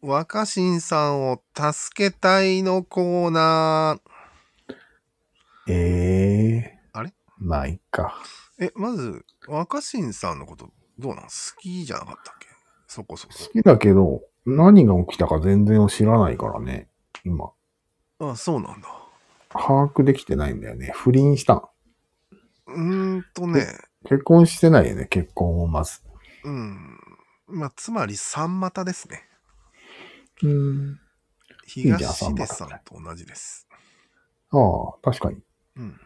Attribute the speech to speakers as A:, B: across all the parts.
A: 若新さんを助けたいのコーナ
B: ええ
A: あれ
B: まあ、いっか。
A: ー。え、まず、若新さんのこと、どうなん好きじゃなかったっけそこそこ。
B: 好きだけど、何が起きたか全然知らないからね。今、
A: あ、そうなんだ。
B: 把握できてないんだよね。不倫したん。
A: うーんとね、
B: 結婚してないよね、結婚をまず。
A: うん。まあ、つまり三股ですね。
B: うん。いじゃん
A: 東出さんと同じです。
B: ああ、確かに。
A: うん。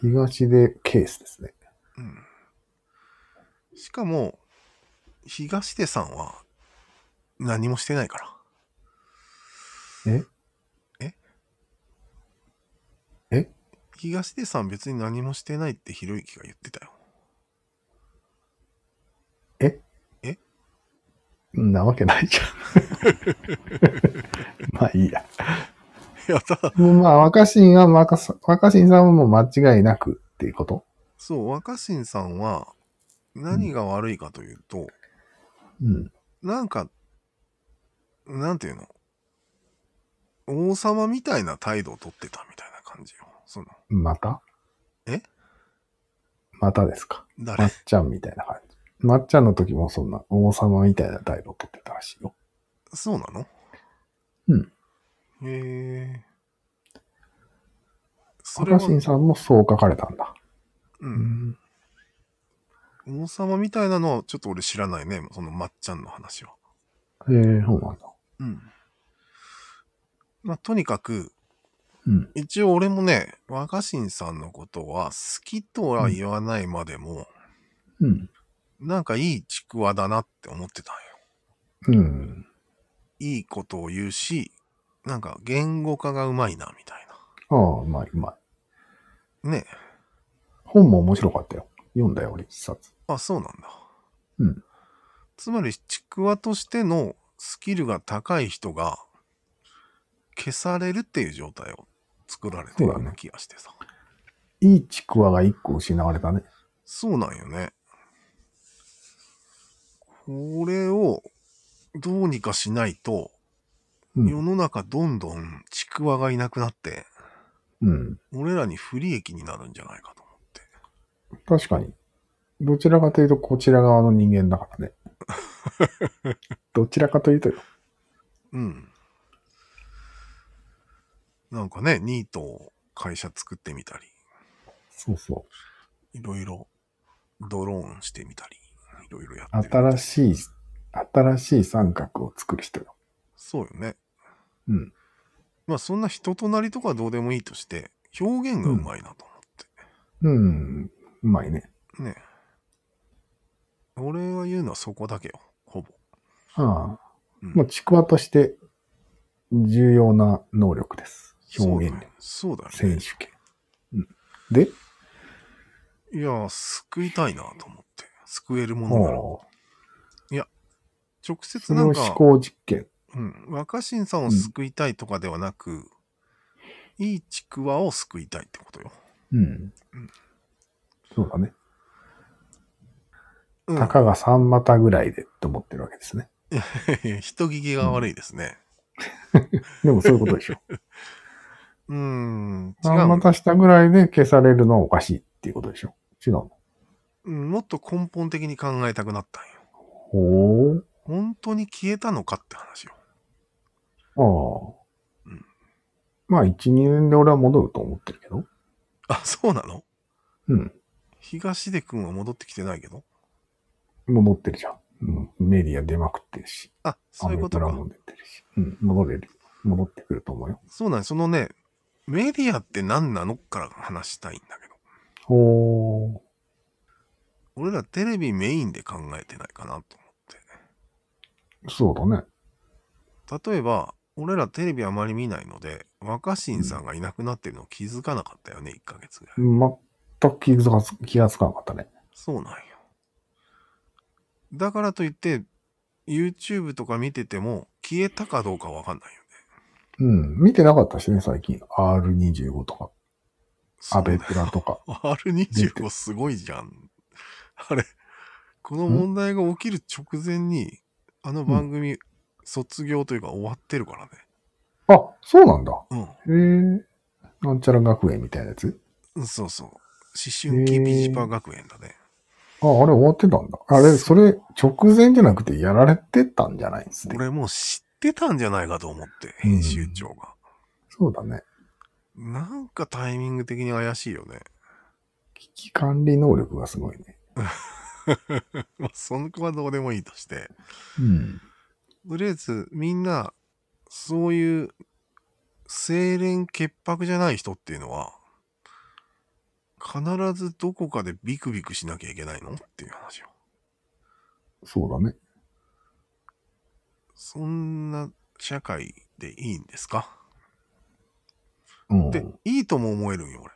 B: 東でケースですね。
A: うん。しかも、東出さんは何もしてないから。
B: え
A: 東出さん別に何もしてないってひろゆきが言ってたよ。
B: んなわけないじ ゃん。まあいいや。
A: いや、ただ、
B: もうまあ、若新は若さ、若新さんはもう間違いなくっていうこと
A: そう、若新さんは何が悪いかというと、
B: うん。
A: なんか、なんていうの王様みたいな態度をとってたみたいな感じよ。その、
B: また
A: え
B: またですか。ま
A: 誰
B: っちゃんみたいな感じ。まっちゃんの時もそんな王様みたいな態度をとってたらしいよ。
A: そうなの
B: うん。
A: へえ。それ
B: 若
A: は、
B: 新さんもそう書かれたんだ。
A: う。。
B: うん
A: 王様みたいなのはちょっと俺知らないね。そのまっちゃんの話は。
B: ええそうなんだ。
A: うん。まあ、とにかく、
B: うん。
A: 一応俺もね、若新さんのことは好きとは言わないまでも、
B: うん。
A: なんかいいちくわだなって思ってたんよ。
B: うん。
A: いいことを言うし、なんか言語化がうまいな、みたい
B: ああ、うまい、うまい。
A: な。ねえ
B: 本も面白かったよ。読んだよ、俺、一冊。
A: あ、そうなんだ。
B: うん。
A: つまり、ちくわとしてのスキルが高い人が消されるっていう状態を作られてるよう
B: そうだ
A: な
B: ね
A: 気がしてさ。
B: いいちくわが一個失われたね。
A: そうなんよね。これをどうにかしないと、
B: うん
A: 世の中どんどんちくわがいなくなって、
B: うん。
A: 俺らに不利益になるんじゃないかと思って。
B: 確かに。どちらかというと、こちら側の人間だ からね。どちらかというとよ、
A: うん。なんかね、ニートを会社作ってみたり、
B: そうそう。
A: いろいろドローンしてみたり、いろいろやってる。
B: 新しい、新しい三角を作る人よ。
A: そうよね。
B: うん。
A: まあそんな人となりとかどうでもいいとして、表現がうまいなと思って。
B: うん。うまいね。
A: ねえ。俺が言うのはそこだけよ、ほぼ。
B: ああ。
A: うん
B: もうちくわとして重要な能力です。表現力。
A: そうだよね。そうだよ
B: 選
A: ね
B: 手権。うん、で、
A: いやー、救いたいなと思って。救えるものなら。
B: もう
A: 直接
B: そ
A: な
B: の
A: ん
B: 思
A: か、
B: 考実験。
A: うん、若新さんを救いたいとかではなく、いいちくわを救いたいってことよ。
B: うん。そうだね。
A: うん、
B: たかが三股ぐらいでって思ってるわけですね。
A: 人聞きが悪いですね。
B: でもそういうことでし ょ。
A: うーん、違
B: 三
A: う、
B: 股したぐらいで消されるのはおかしいっていうことでしょ。違うの。
A: うん。もっと根本的に考えたくなったんよ。
B: ほう。
A: 本当に消えたのかって話よ。
B: ああ。
A: うん
B: まあ、一、二年で俺は戻ると思ってるけど。
A: あ、そうなの
B: うん。
A: 東出くんは戻ってきてないけど。
B: 戻ってるじゃん。うん、メディア出まくってるし、
A: あ、そういうこと
B: アメ
A: か
B: ブラ。も出てるし。うん、戻れる。戻ってくると思うよ。
A: そうなんそのね、メディアって何なのから話したいんだけど。
B: ほう。
A: 俺らテレビメインで考えてないかなと
B: そうだね。
A: 思って。例えば、俺らテレビあまり見ないので、若新さんがいなくなってるの気づかなかったよね、1ヶ月ぐらい。
B: 全く気がつ気がつかなかったね。
A: そうなんよ。だからといって、YouTube とか見てても消えたかどうかわかんないよね。
B: うん。見てなかったしね、最近。R25 とか、
A: そ
B: ア
A: うね
B: ベプラとか。
A: R25 すごいじゃん。あれ、この問題が起きる直前に、あの番組、卒業というか終わってるからね。
B: あ、そうなんだ。
A: うん。
B: へえ。なんちゃら学園みたいなやつ
A: うんそうそう。思春期ビジパ学園だね。
B: あ、あれ終わってたんだ。あれ、それ直前じゃなくてやられてたんじゃないんですね。
A: 俺もう知ってたんじゃないかと思って、編集長が。
B: そうだね。
A: なんかタイミング的に怪しいよね。
B: 危機管理能力がすごいね。
A: まあ、その子はどうでもいいとして。
B: うん。
A: とりあえず、みんな、そういう、清廉潔白じゃない人っていうのは、必ずどこかでビクビクしなきゃいけないのっていう話を。
B: そうだね。
A: そんな社会でいいんですか
B: うん
A: で。、いいとも思えるんよ、俺。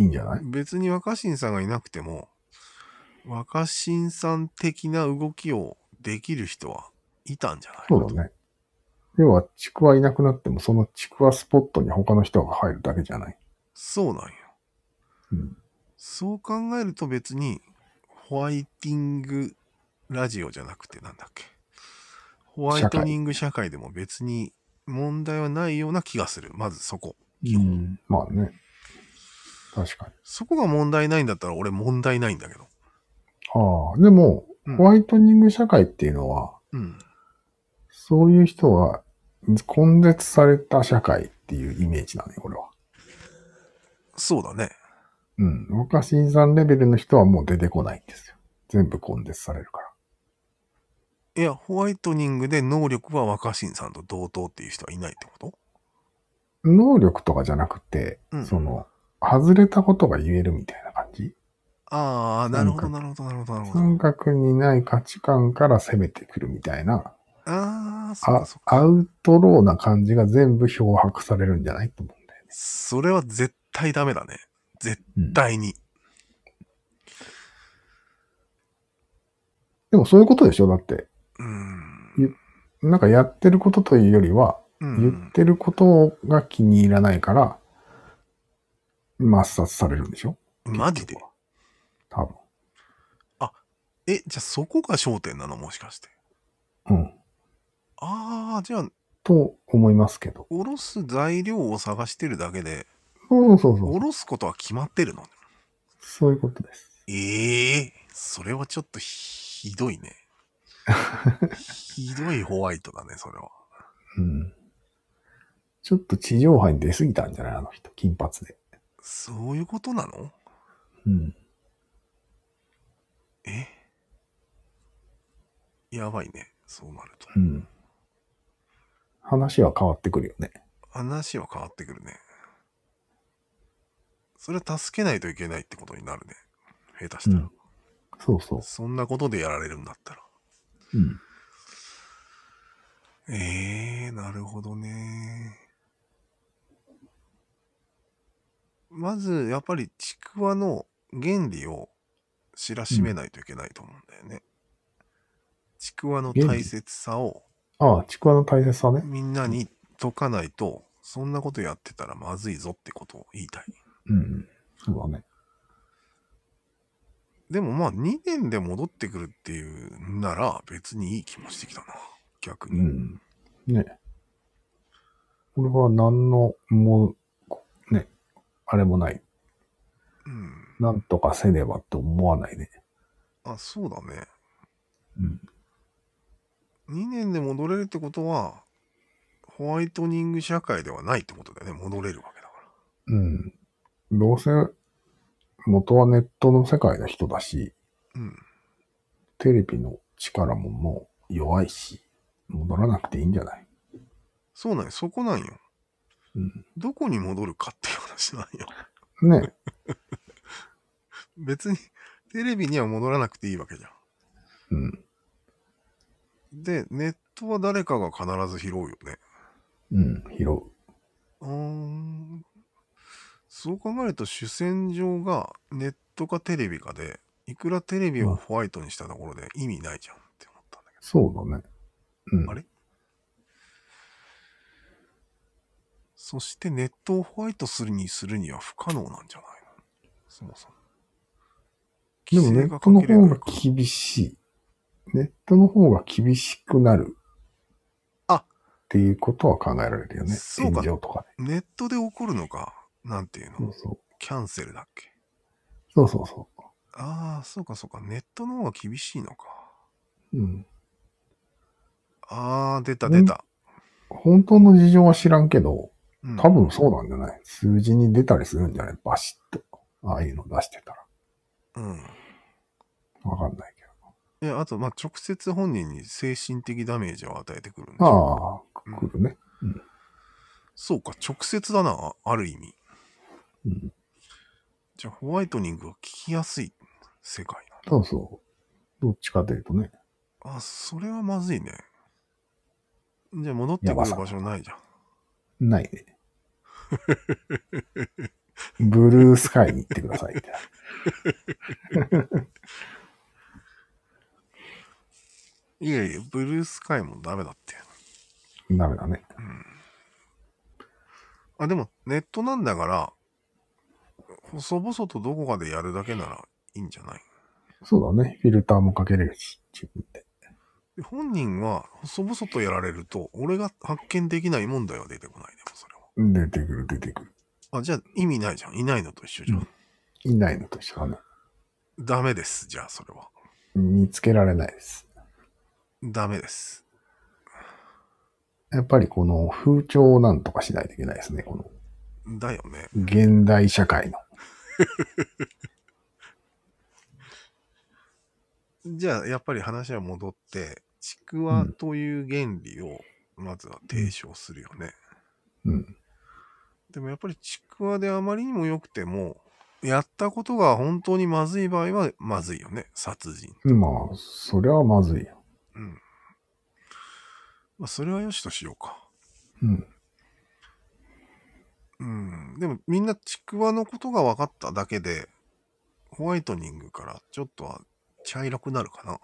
B: いいんじゃない
A: 別に若新さんがいなくても若新さん的な動きをできる人はいたんじゃないかと
B: そうだね。要は、ちくわいなくなっても、そのちくわスポットに他の人が入るだけじゃない。
A: そうなんよ
B: うん。
A: そう考えると別にホワイティングラジオじゃなくてなんだっけホワイトニング社会でも別に問題はないような気がするまずそこ基本
B: うんまあね。確かに。
A: そこが問題ないんだったら俺問題ないんだけど
B: ああ、でも、
A: うん
B: ホワイトニング社会っていうのは、
A: うん
B: そういう人は根絶された社会っていうイメージだね、これは。
A: そうだね
B: うん。若新さんレベルの人はもう出てこないんですよ。全部根絶されるから。
A: いやホワイトニングで能力は若新さんと同等っていう人はいないってこと
B: 能力とかじゃなくて、
A: うん
B: その、外れたことが言えるみたいな感じ
A: ああ、なるほど、
B: 感
A: なるほど、なるほど、なるほ
B: 感
A: ど。
B: 覚にない価値観から攻めてくるみたいな、
A: ああ、そう
B: あ
A: か、そうか。
B: アウトローな感じが全部漂白されるんじゃないと思うんだよね。
A: それは絶対ダメだね。絶
B: うん
A: 対に。
B: でもそういうことでしょだって、
A: うん
B: ゆ。なんかやってることというよりは、
A: う
B: 言っ
A: ん、
B: てることが気に入らないから、抹殺されるんでしょ
A: マジで
B: 結局は
A: え、じゃあそこが焦点なのもしかして。
B: 多分。うん。
A: ああ、じゃあ、
B: と思いますけど。
A: おろす材料を探してるだけで、
B: そうそうそうそ
A: お
B: う。
A: ろすことは決まってるの。
B: そういうことです。
A: ええそれはちょっとひどい ね。ひどいホワイトだね、それは。
B: うん。ちょっと地上波に出すぎたんじゃないあの人、金髪で。
A: そういうことなの
B: うん。
A: えやばいね、そうなると。
B: うん。話は変わってくるよね。
A: 話は変わってくるね。それは助けないといけないってことになるね。下手したら。
B: うんそうそう。
A: そんなことでやられるんだったら。
B: うん。
A: ええー、なるほどね。まず、やっぱりちくわの原理を知らしめないといけないと思うんだよね。ちくわの大切さを
B: ああ、ちくわの大切さね。
A: みんなに解かないと、そんなことやってたらまずいぞってことを言いたい。
B: うん。そうだね。
A: でもまあ2年で戻ってくるっていうなら別にいい気もしてきたな。逆
B: う
A: に。
B: ん。ねこれは何の、もう、ね、あれもない。
A: うん。
B: なんとかせねばって思わないね。
A: あ、そうだね。
B: うん。
A: 2年で戻れるってことは、ホワイトニング社会ではないってことだよね。戻れるわけだから。
B: うん。どうせ、元はネットの世界の人だし、
A: うん。
B: テレビの力ももう弱いし、戻らなくていいんじゃない
A: そうなんよ。そこなんよ。
B: うん。
A: どこに戻るかっていう話なんよ。
B: ね
A: 別に、テレビには戻らなくていいわけじゃん。
B: うん。
A: で、ネットは誰かが必ず拾うよね。
B: うん。拾う。
A: うーんそう考えると主戦場がネットかテレビかでいくらテレビをホワイトにしたところで意味ないじゃんって思ったんだけ
B: そうだね。うん。
A: どあれそしてネットをホワイトするにするには不可能なんじゃないのそもそも。
B: でもネットの方が厳しい。ネットの方が厳しくなるっていうことは考えられるよね。
A: そうか
B: 炎上とかね。
A: ネットで起こるのか、なんていう
B: そう
A: の、
B: そう。
A: キャンセルだっけ。
B: そうそうそ
A: ああ、そうかそうか、ネットの方が厳しいのか。
B: う。うん。
A: ああ、出た
B: ね
A: 出た。
B: 本当の事情は知らんけど、
A: うん
B: 多分そうなんじゃない数字に出たりするんじゃないバシッと。ああいうの出してたら。
A: うん。
B: わかんないけ
A: え、あと、まあ、直接本人に精神的ダメージを与えてくるんでし
B: ど。
A: ょ
B: ああ、来るね。
A: そうか、直接だな、あある意味。
B: うん。
A: じゃあ、ホワイトニングは聞きやすい世界なんだ。
B: そうそう。どっちかというとね。
A: あ、それはまずいね。じゃあ、戻ってくる場所ないじゃん。
B: ないね。ブルースカイに行ってくださいみたいな。
A: いやいや、ブルースカイもダメだって。
B: ダメだね。
A: あ、でも、ネットなんだから、細々とどこかでやるだけならいいんじゃない
B: そうだね。フィルターもかけれるし、自分で。
A: で本人は細々とやられると、俺が発見できない問題は出てこない。でもそれ
B: 出てくる、出てくる。
A: は。あ、じゃあ意味ないじゃん。いないのと一緒じゃん。
B: いないのと一緒だね。
A: ダメです。じゃあそれは。
B: 見つけられないです。
A: ダメです。
B: やっぱりこの風潮をなんとかしないといけないですね。この
A: だよね。
B: 現代社会の。
A: じゃあやっぱり話は戻って、ちくわという原理をまずは提唱するよね。
B: うん。
A: でもやっぱりちくわであまりにも良くても、やったことが本当にまずい場合はまずいよね。殺人。
B: まあ、それはまずいよ。
A: うん。まあそれはよしとしようか。
B: うん。
A: うん、でもみんなちくわのことが分かっただけで、ホワイトニングからちょっとは茶色くなるかな。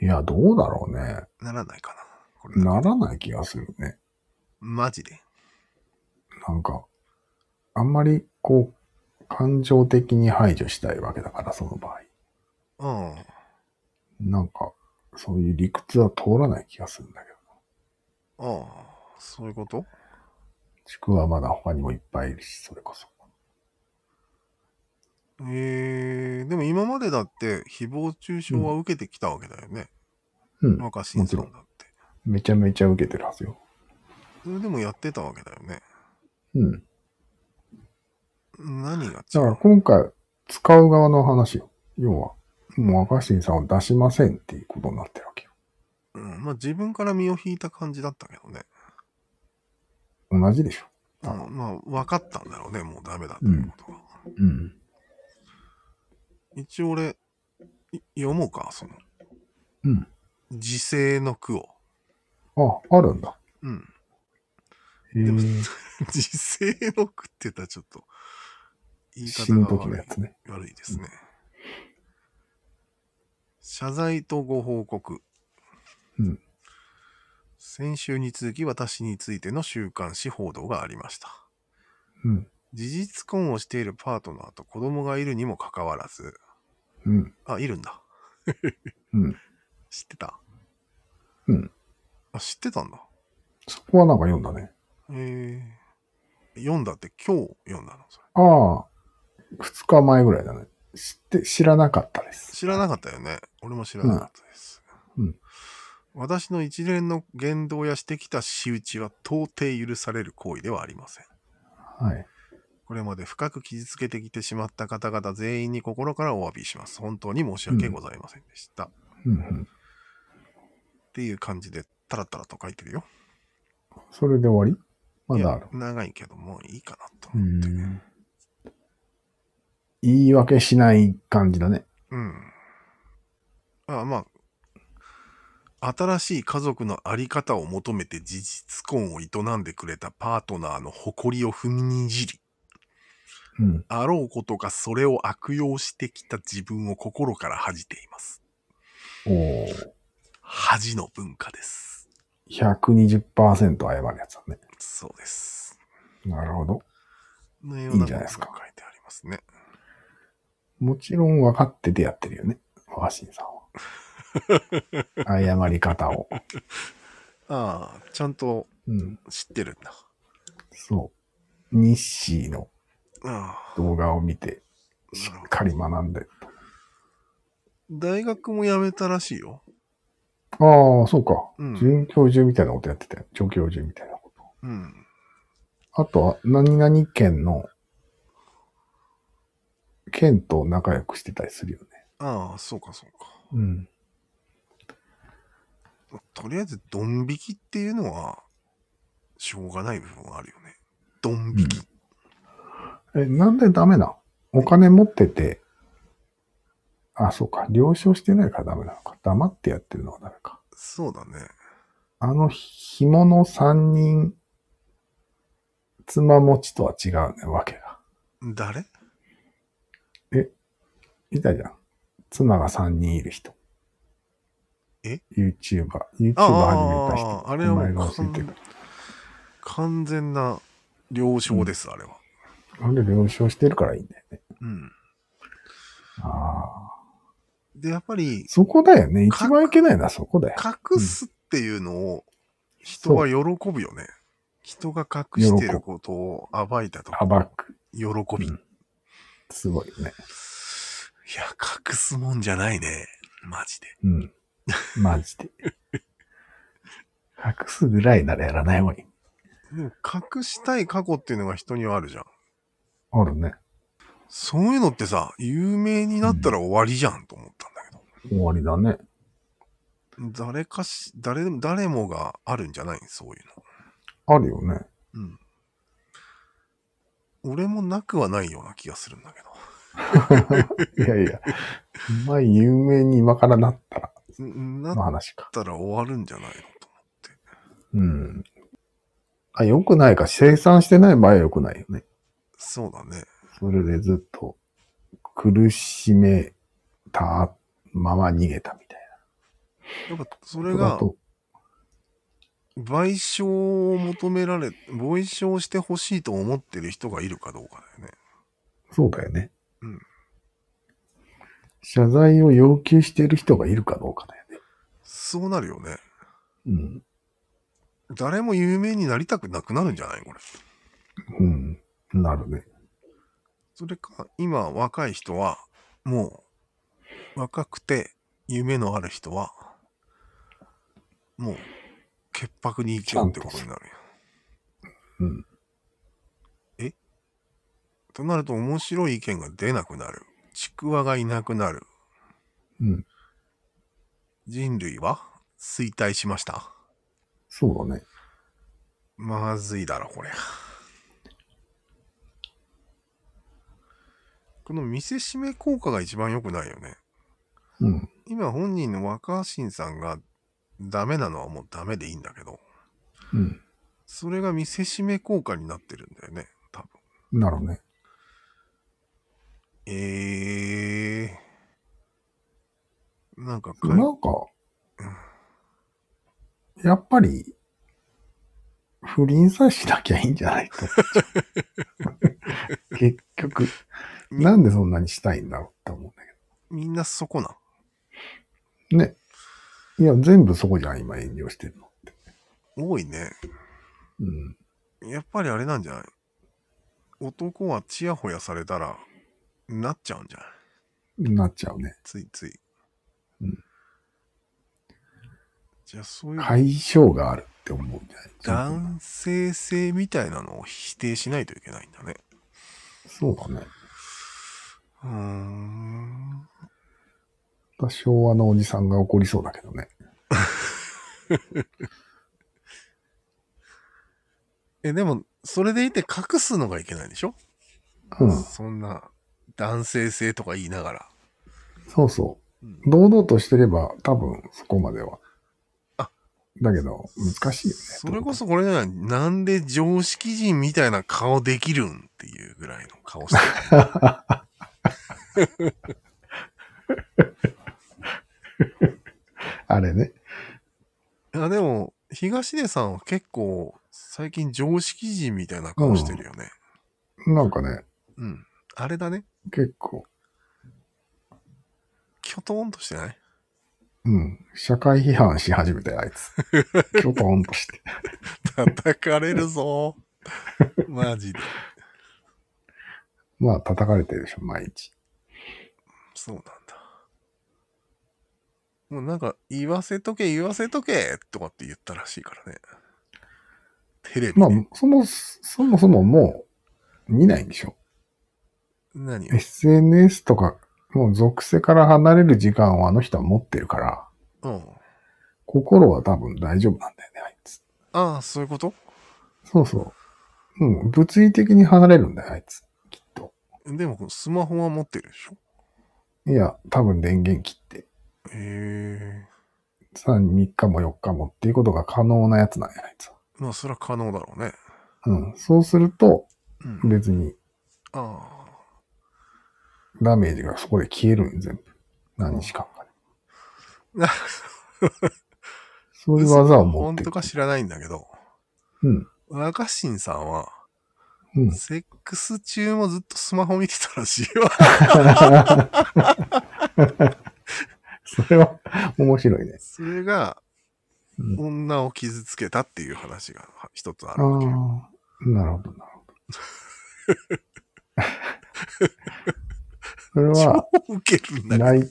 B: いや、どうだろうね。
A: ならないかな。これだけ
B: ならない気がするね。
A: マジで。
B: なんか、あんまりこう、感情的に排除したいわけだから、その場合。
A: うん。
B: なんか、そういう理屈は通らない気がするんだけど。
A: うん。そういうこと
B: 地区はまだ他にもいっぱいいるし、それこそ。
A: えー、でも今までだって誹謗中傷は受けてきたわけだよね。
B: うん。
A: 若新さんだって。
B: めちゃめちゃ受けてるはずよ。
A: それでもやってたわけだよね。
B: うん。
A: 何が違
B: だから
A: う
B: 今回、使う側の話よ。要は、もう若新さんを出しませんっていうことになってるわけよ。
A: うん。まあ自分から身を引いた感じだったけどね。
B: 同じでしょ。
A: うん、まあ分かったんだろうね。もうダメだってことが。
B: うん。
A: 一応俺、い読もうか、その。
B: うん。
A: 自制の句を。
B: あ、あるんだ。
A: うん。
B: へえ
A: でも自制の句って言ったらちょっと、言い
B: 死
A: 方
B: ぬ
A: が
B: 時の
A: 悪
B: や
A: い
B: つね。
A: 悪いですね。謝罪とご報告。
B: うん
A: 先週に続き私についての週刊誌報道がありました。
B: うん。
A: 事実婚をしているパートナーと子供がいるにもかかわらず、
B: うん。
A: あ、いるんだ。
B: うん。
A: 知ってた
B: うん。
A: あ、知ってたんだ。
B: そこはなんか読んだね。
A: えー、読んだって今日読んだのそれ
B: ああ、二日前ぐらいだね。知って、知らなかったです。
A: 知らなかったよね俺も知らなかったです、
B: うんうん
A: 私の一連の言動やしてきた仕打ちは到底許される行為ではありません
B: はい。
A: これまで深く傷つけてきてしまった方々全員に心からお詫びします本当に申し訳ございませんでした、っ
B: うんうん。
A: ていう感じでタラタラと書いてるよ
B: それで終わりま
A: い
B: だあ
A: や
B: る。
A: 長いけどもういいかなと
B: う
A: 思って
B: ん。言い訳しない感じだね。
A: うん。あまあ、新しい家族のあり方を求めて事実婚を営んでくれたパートナーの誇りを踏みにじり、
B: うん。
A: あろうことかそれを悪用してきた自分を心から恥じています。
B: おおー。
A: 恥の文化です。
B: 120%謝るやつだね。
A: そうです。
B: なるほど。
A: のよ
B: いいんじゃないですか
A: ことが書いてありますね。
B: もちろん分かっててやってるよね。若新さんは。謝り方を。
A: ああ、ちゃんと
B: うん。
A: 知ってるんだ。
B: そう。日誌の
A: ああ、
B: 動画を見て、し
A: なるほ
B: っ
A: ど
B: かり学んで。
A: 大学も辞めたらしいよ。
B: ああ、そうか。
A: うん
B: 准教授みたいなことやってたよ。助教授みたいなこと。
A: うん。
B: あとは、何々県の、県と仲良くしてたりするよね。
A: ああ、そうかそうか。
B: うん。
A: とりあえず、ドン引きっていうのは、しょうがない部分はあるよね。ドン引き。
B: え、なんでダメなお金持ってて、あ、そうか。了承してないからダメなのか。黙ってやってるのはダメか。
A: そうだね。
B: あの、紐の三人、妻持ちとは違うね、わけが。
A: 誰
B: いたじゃん。妻が三人いる人。
A: え
B: ?YouTuber。YouTuber
A: あ
B: 始めた
A: あ
B: 人。
A: あれは
B: お前
A: も
B: が
A: う
B: 教えてくれ
A: 完完全な了承です、あれは。
B: た。なんで了承してるからいいんだよね。
A: うん。
B: ああ。
A: で、やっぱり、
B: そこだよね。
A: か
B: 一番いけないのはそこだよ。
A: 隠すっていうのを人は喜ぶよね。人が隠してることを暴いたと
B: 暴く。
A: 喜び。
B: う
A: い
B: んすごいね。
A: や、隠すもんじゃないね。マジで。
B: うん。マジで。隠すぐらいならやらない方がいい。
A: でも隠したい過去っていうのが人にはあるじゃん。
B: あるね。
A: そういうのってさ、有名になったら終わりじゃんと思ったんだけど。
B: 終わりだね。
A: 誰かし、誰でも、誰もがあるんじゃないそういう
B: あるよね。
A: の。うん。俺もなくはないような気がするんだけど。
B: いやいや。お前有名に今からなったら、
A: んな
B: の
A: っ
B: 話か。
A: たら終わるんじゃないのと思って。
B: うん。あ、良くないか。生産してない場合は良くないよね。
A: そうだね。
B: それでずっと苦しめたまま逃げたみたい
A: やっぱそ
B: な。
A: れ
B: だ
A: が賠
B: と、
A: 償を求められ、賠償してほしいと思ってる人がいるかどうかだよね。
B: そうだよね。
A: うん
B: 謝罪を要求してる人がいるかどうかだよね。
A: そうなるよね。
B: うん。
A: 誰も有名になりたくなくなるんじゃないこれ。
B: うん。なるね。
A: それか、今若い人は、もう、若くて夢のある人は、もう、潔白に生きようってことになるよ。
B: うん。
A: となると面白い意見が出なくなる。ちくわがいなくなる。
B: うん。
A: 人類は衰退しました。
B: そうだね。
A: まずいだろ、これ。この見せしめ効果が一番良くないよね。
B: うん。
A: 今本人の若新さんがダメなのはもうダメでいいんだけど、
B: うん。
A: それが見せしめ効果になってるんだよね、多分。
B: なるね。
A: ええー。なんかかい
B: なんか、やっぱり、不倫さえしなきゃいいんじゃな いと思っちゃう結局、なんでそんなにしたいんだろうって思うんだ
A: みんなそこな。
B: けど。ね。いや、全部そこじゃん、今遠慮してるのって。
A: 多いね。
B: うん。
A: やっぱりあれなんじゃない男はチヤホヤされたら、なっちゃうんじゃない
B: なっちゃうね。
A: ついつい。
B: うん
A: じゃあそういう
B: 解消があるって思うんじゃない
A: 男性性みたいなのを否定しないといけないんだね。
B: そうだね。
A: うーん。
B: 昭和のおじさんが怒りそうだけどね。
A: え、でも、それでいて隠すのがいけないでしょ、
B: うん。
A: そんな、男性性とか言いながら。
B: そうそう。
A: うん
B: 堂々としてれば多分そこまでは。
A: あ
B: だけど難しいよね。
A: それこそこれじゃない。なんで常識人みたいな顔できるんっていうぐらいの顔してる。
B: あれね。
A: いや、でも、東出さんは結構、最近常識人みたいな顔してるよね。
B: なんかね、
A: うん。あれだね。
B: 結構、
A: きょとんとしてない
B: うん。社会批判し始めたよ、あい つ。キョトンとして。
A: 叩かれる ぞ。マジで。
B: まあ、叩かれてるでしょ、毎日。
A: そうなんだ。もうなんか、言わせとけ、言わせとけとかって言ったらしいからね。テレビ
B: まあ
A: で、、
B: そも、そもそももう、見ないんでしょ。
A: 何を
B: SNS とか、もう属性から離れる時間をあの人は持ってるから、
A: うん。
B: 心は多分大丈夫なんだよね、あいつ。
A: ああ、そういうこと
B: そうそう。うん、物理的に離れるんだよ、あいつ。きっと。
A: でも、スマホは持ってるでしょ
B: いや、多分電源切って、
A: へえ。
B: さらに3日も4日もっていうことが可能なやつなんや、あいつは。
A: まあ、それは可能だろうね。
B: うん。そうすると、
A: うん。
B: 別に
A: ああ。
B: ダメージがそこで消えるんよ全部。何日間かで。
A: な
B: そういう技を持っ
A: 本
B: て
A: 当
B: る。
A: か知らないんだけど、
B: うん。
A: 若新さんは、
B: うん。
A: セックス中もずっとスマホ見てたらしい わ。
B: それは面白いね。
A: それが、
B: うん
A: 女を傷つけたっていう話が一つあ
B: ああ
A: るわけ よ。、
B: なるほど、なるほど。 それは、
A: 超ウケるんだけど、
B: ライ、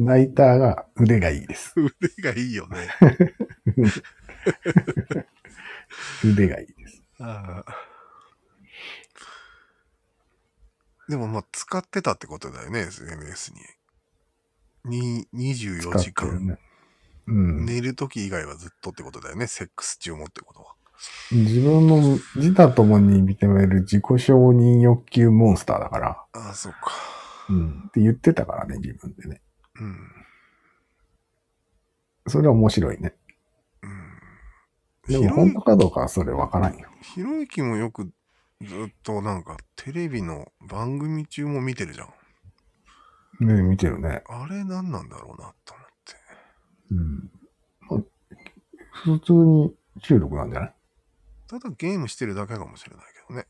B: ライターが腕がいいです。
A: 腕がいいよね。
B: 腕がいいです。
A: ああでもまあ使ってたってことだよね、SNS に。に24時
B: 使ってる
A: 間。
B: ね。うん。
A: 寝るとき以外はずっとってことだよね、セックス中もってことは。
B: 自分の自他ともに認める自己承認欲求モンスターだから、
A: ああ、そうか。
B: うん。って言ってたからね、自分でね。
A: うん。
B: それは面白いね。
A: うん。
B: でも
A: 広い
B: 本当かどうかはそれわからんよ。
A: ひろゆきもよくずっとなんかテレビの番組中も見てるじゃん。
B: ね見てるね。
A: あれ何なんだろうなと思って。
B: うん。まあ普通に中毒なんじゃない
A: ただゲームしてるだけかもしれないけどね。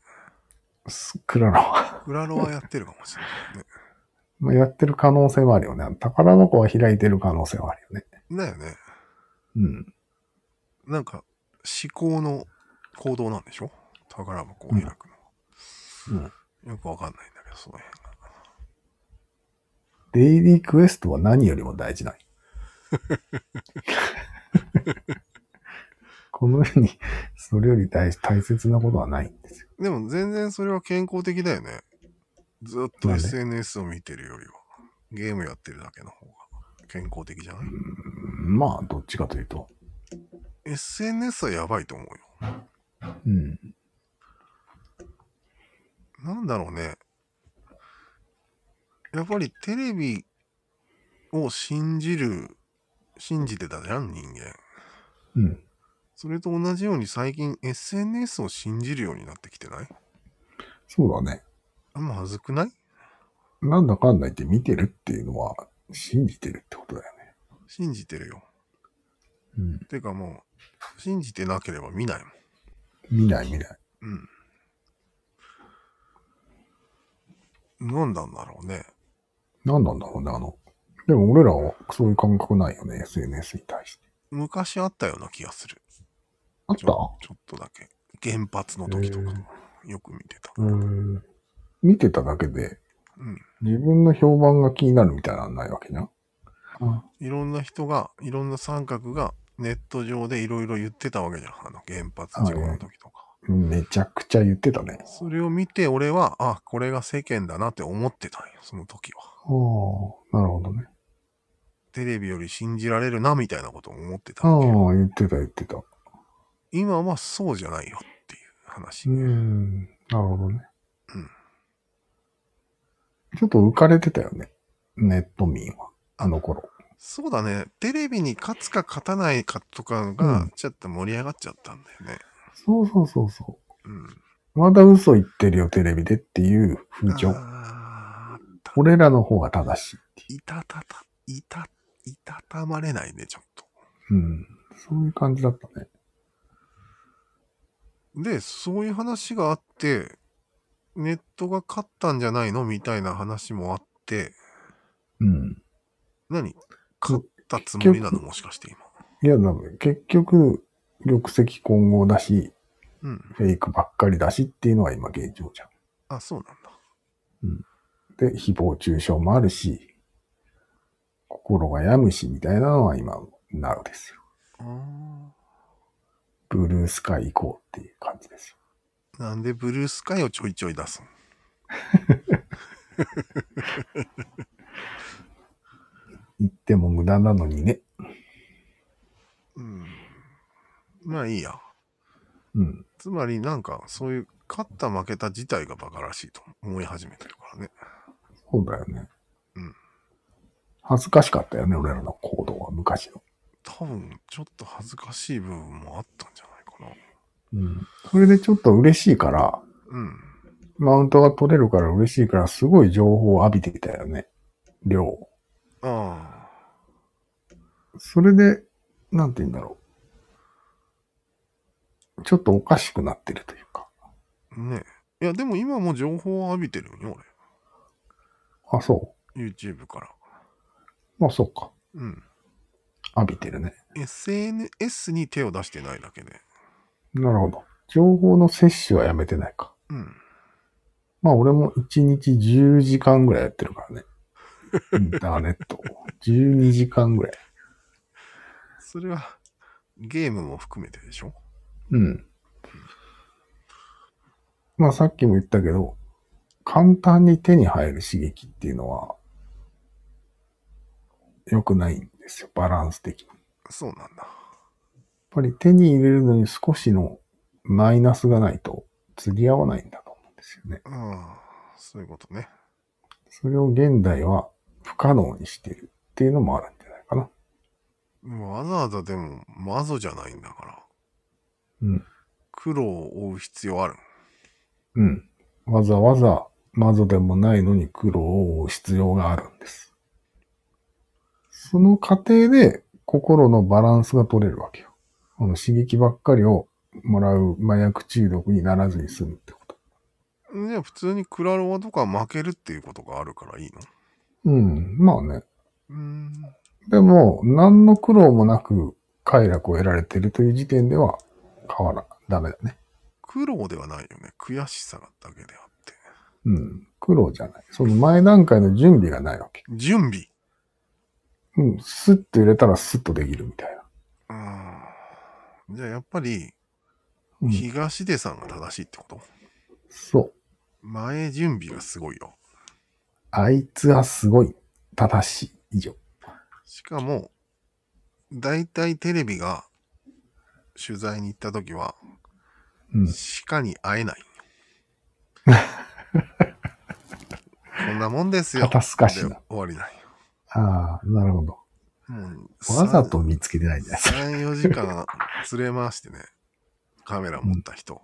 B: すクララは。
A: クラロワやってるかもしれないね。
B: まあ、やってる可能性もあるよね。宝箱は開いてる可能性はあるよね。
A: だよね。
B: うん。
A: なんか思考の行動なんでしょ宝箱を開くの。
B: うん、
A: よくわかんないんだけど、その辺が。
B: デイリークエストは何よりも大事ない。この世に、それより大大切なことはないんですよ。
A: でも全然それは健康的だよね。ずっと
B: まあね
A: SNS を見てるよりは、ゲームやってるだけの方が健康的じゃない、
B: うんまあ、どっちかというと。
A: ?SNS はやばいと思うよ。
B: うん。
A: なんだろうね。やっぱりテレビを信じる、信じてたじゃん、人間。
B: うん。
A: それと同じように最近 SNS を信じるようになってきてない
B: そうだね。
A: あんまはずくない
B: なんだかんだ言って見てるっていうのは、信じてるってことだよね。
A: 信じてるよ。
B: うん。
A: てかもう、信じてなければ見ないも
B: 見ない見ない。
A: ん。うん。なんだんだろうね。
B: 何なんだろうね、あの。でも俺らはそういう感覚ないよね、SNS に対して。
A: 昔あったような気がする。
B: あっ
A: ち
B: た
A: ょちょっとだけ。原発の時とか、よく見てた。
B: うん見てただけで、
A: うん。
B: 自分の評判が気になるみたいなのはないわけじゃん。
A: いろんな人が、いろんな三角がネット上でいろいろ言ってたわけじゃん。あの原発事故の時とか。
B: めちゃくちゃ言ってたね。
A: それを見て俺は、あ、これが世間だなって思ってたんよ、その時は。
B: ああ、なるほどね。
A: テレビより信じられるなみたいなことを思ってた
B: あ
A: わ
B: あ
A: けよ。、
B: 言ってた言ってた。う
A: 今はそうじゃないよっていう話。
B: ーん、なるほどね。
A: うん
B: ちょっと浮かれてたよね。ネット民は。あの頃。
A: そうだね。テレビに勝つか勝たないかとかが、
B: うん
A: ちょっと盛り上がっちゃったんだよね。
B: そうそうそうそ
A: うん。
B: う。まだ嘘言ってるよ、テレビでっていう風潮。
A: あー
B: 俺らの方が正しいってい
A: いたたた、いた、いたたまれないね、ちょっと。
B: う。うん。そういう感じだったね。
A: で、そういう話があって、ネットが勝ったんじゃないのみたいな話もあって、
B: うん。
A: 何勝ったつもりなの、もしかして今。
B: いや、多分結局、玉石混合だし、
A: うん。
B: フェイクばっかりだしっていうのが今現状じゃん。
A: あ、そうなんだ。
B: で、誹謗中傷もあるし、心が病むし、みたいなのは今、なるですよ。
A: あ
B: ブルースカイ行こうっていう感じですよ。
A: ーなんでブルースカイをちょいちょい出すの
B: 言っても無駄なのにね。
A: うん。まあいいや。
B: うん。
A: つまりなんかそういう勝った負けた自体がバカらしいと思い始めてるからね。
B: そうだよね。
A: うん。
B: 恥ずかしかったよね、俺らの行動は、昔の。
A: 多分ちょっと恥ずかしい部分もあったんじゃないか
B: うん。それでちょっと嬉しいから、
A: な。うん。
B: マウントが取れるから嬉しいから、すごい情報を浴びてたよね。量。
A: あ
B: それで、なんて言うんだろう。ちょっとおかしくなってるというか。
A: あ。ねえいやでも今も情報を浴びてるよね、
B: あ、そ
A: 俺。YouTube から。
B: う。まあ、そうか。
A: うん。
B: 浴びてるね。
A: SNS に手を出してないだけで。
B: なるほど。情報の摂取はやめてないか。
A: うん。
B: まあ、俺も1日10時間ぐらいやってるからね。インターネットを。12時間ぐらい。
A: それはゲームも含めてでしょ
B: うん。まあさっきも言ったけど、簡単に手に入る刺激っていうのは、良くないんですよ。バランス的に。やっ
A: そうなんだ。
B: ぱり手に入れるのに少しのマイナスがないと釣り合わないんだと思うんですよね。
A: ああ、そういうことね。
B: それを現代は不可能にしてるっていうのもあるんじゃないかな。
A: わざわざでもマゾじゃないんだから。
B: うん。
A: 苦労を負う必要ある
B: うん。わざわざマゾでもないのに苦労を負う必要があるんです。その過程で心のバランスが取れるわけよ。この刺激ばっかりをもらう麻薬中毒にならずに済むってこと。
A: じゃあ普通にクラロワとか負けるっていうことがあるからいいの
B: うん。まあね。
A: うーん。
B: でも、何の苦労もなく快楽を得られてるという時点では変わら、ダメだね。
A: 苦労ではないよね。悔しさだけであって。
B: うん。苦労じゃない。その前段階の準備がないわけ。
A: 準備。
B: うん。スッと入れたらスッとできるみたいな。
A: あーじゃあやっぱり
B: うん。
A: 東出さんが正しいってこと、
B: そう。
A: 前準備がすごいよ。
B: あいつはすごい。正しい。以上。
A: しかも、だいたいテレビが取材に行った時は、
B: うん。
A: 鹿に会え ない。こんなもんですよ。
B: 肩透かしな
A: で終わりない。
B: ああ、なるほど。
A: もう
B: わざと見つけてないんじゃないですか。
A: 3、4時間連れ回してね、カメラ持った人。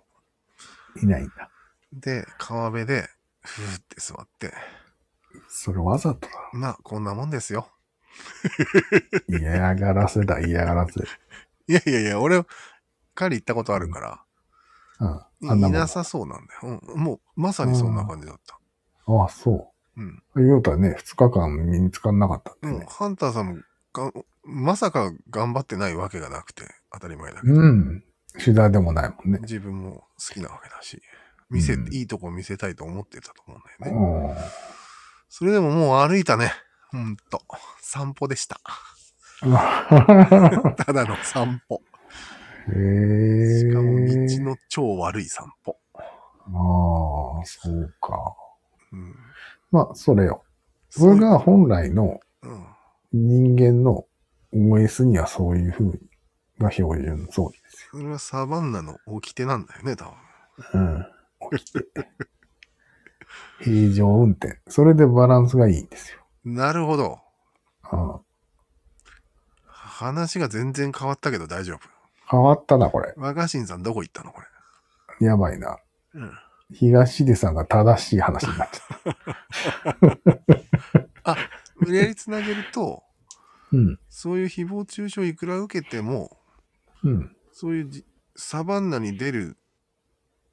B: いないんだ。
A: で、川辺で、ふーって座って、
B: それわざとだ
A: まあ、こんなもんですよ。
B: ろ。嫌がらせだ、嫌がらせ。
A: いやいやいや、俺、狩り行ったことあるから、
B: うん。あんないもん。
A: な
B: あ
A: さそうなんだよ。うん、もう、まさにそんな感じだった。
B: あ、そ
A: うん。
B: う。言うたらね、二日間身につかんなかったって
A: でも、
B: ね。
A: ハンターさんもが、まさか頑張ってないわけがなくて、当たり前だけど、
B: うん。取材でもないもんね。
A: 自分も好きなわけだし、見せ、
B: うん
A: いいとこ見せたいと思ってたと思うんだよね。
B: うん。
A: それでももう歩いたね。ほんと。散歩でした。ただの散歩。
B: へえ。
A: しかも道の超悪い散歩。
B: の。ああ、そうか。
A: うん。
B: まあ、それよ。そ
A: そう
B: れ
A: いう
B: が本来の
A: うん。
B: 人間の OS にはそういう風が標準装備ですよ。
A: それはサバンナの掟なんだよね、多分。
B: うん。平常運転。それでバランスがいいんですよ。
A: なるほど。
B: うん、
A: 話が全然変わったけど大丈夫。
B: 変わったな、これ。
A: 若新さんどこ行ったのこ
B: やばいな。
A: れ。うん。
B: 東出さんが正しい話になっちゃった。
A: 無理やりつなげると、
B: うん。
A: そういう誹謗中傷いくら受けても、
B: うん。
A: そういうじサバンナに出る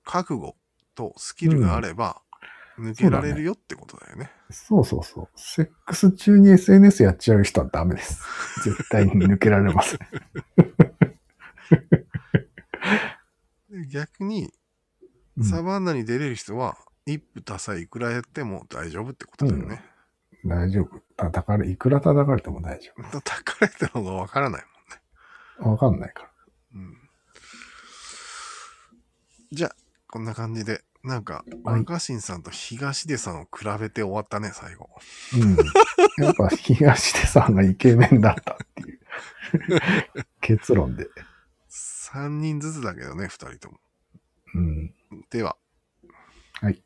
A: 覚悟とスキルがあれば、抜けられるよってことだよね。
B: そうそうそう。セックス中に SNS やっちゃう人はダメです。絶対に抜けられません。
A: で逆に、
B: うん
A: サバンナに出れる人は、一夫多妻いくらやっても大丈夫ってことだよね。
B: 大丈夫。叩かれ、いくら叩かれても大丈
A: 叩かれたのがわからない
B: 夫。わかんないから。
A: もんね。うん、じゃあ、こんな感じで、なんか、
B: はい
A: 若新さんと東出さんを比べて終わったね、最後。
B: うん。やっぱ東出さんがイケメンだったっていう結論で。
A: 3人ずつだけどね、2人とも。
B: うん。
A: では。
B: はい。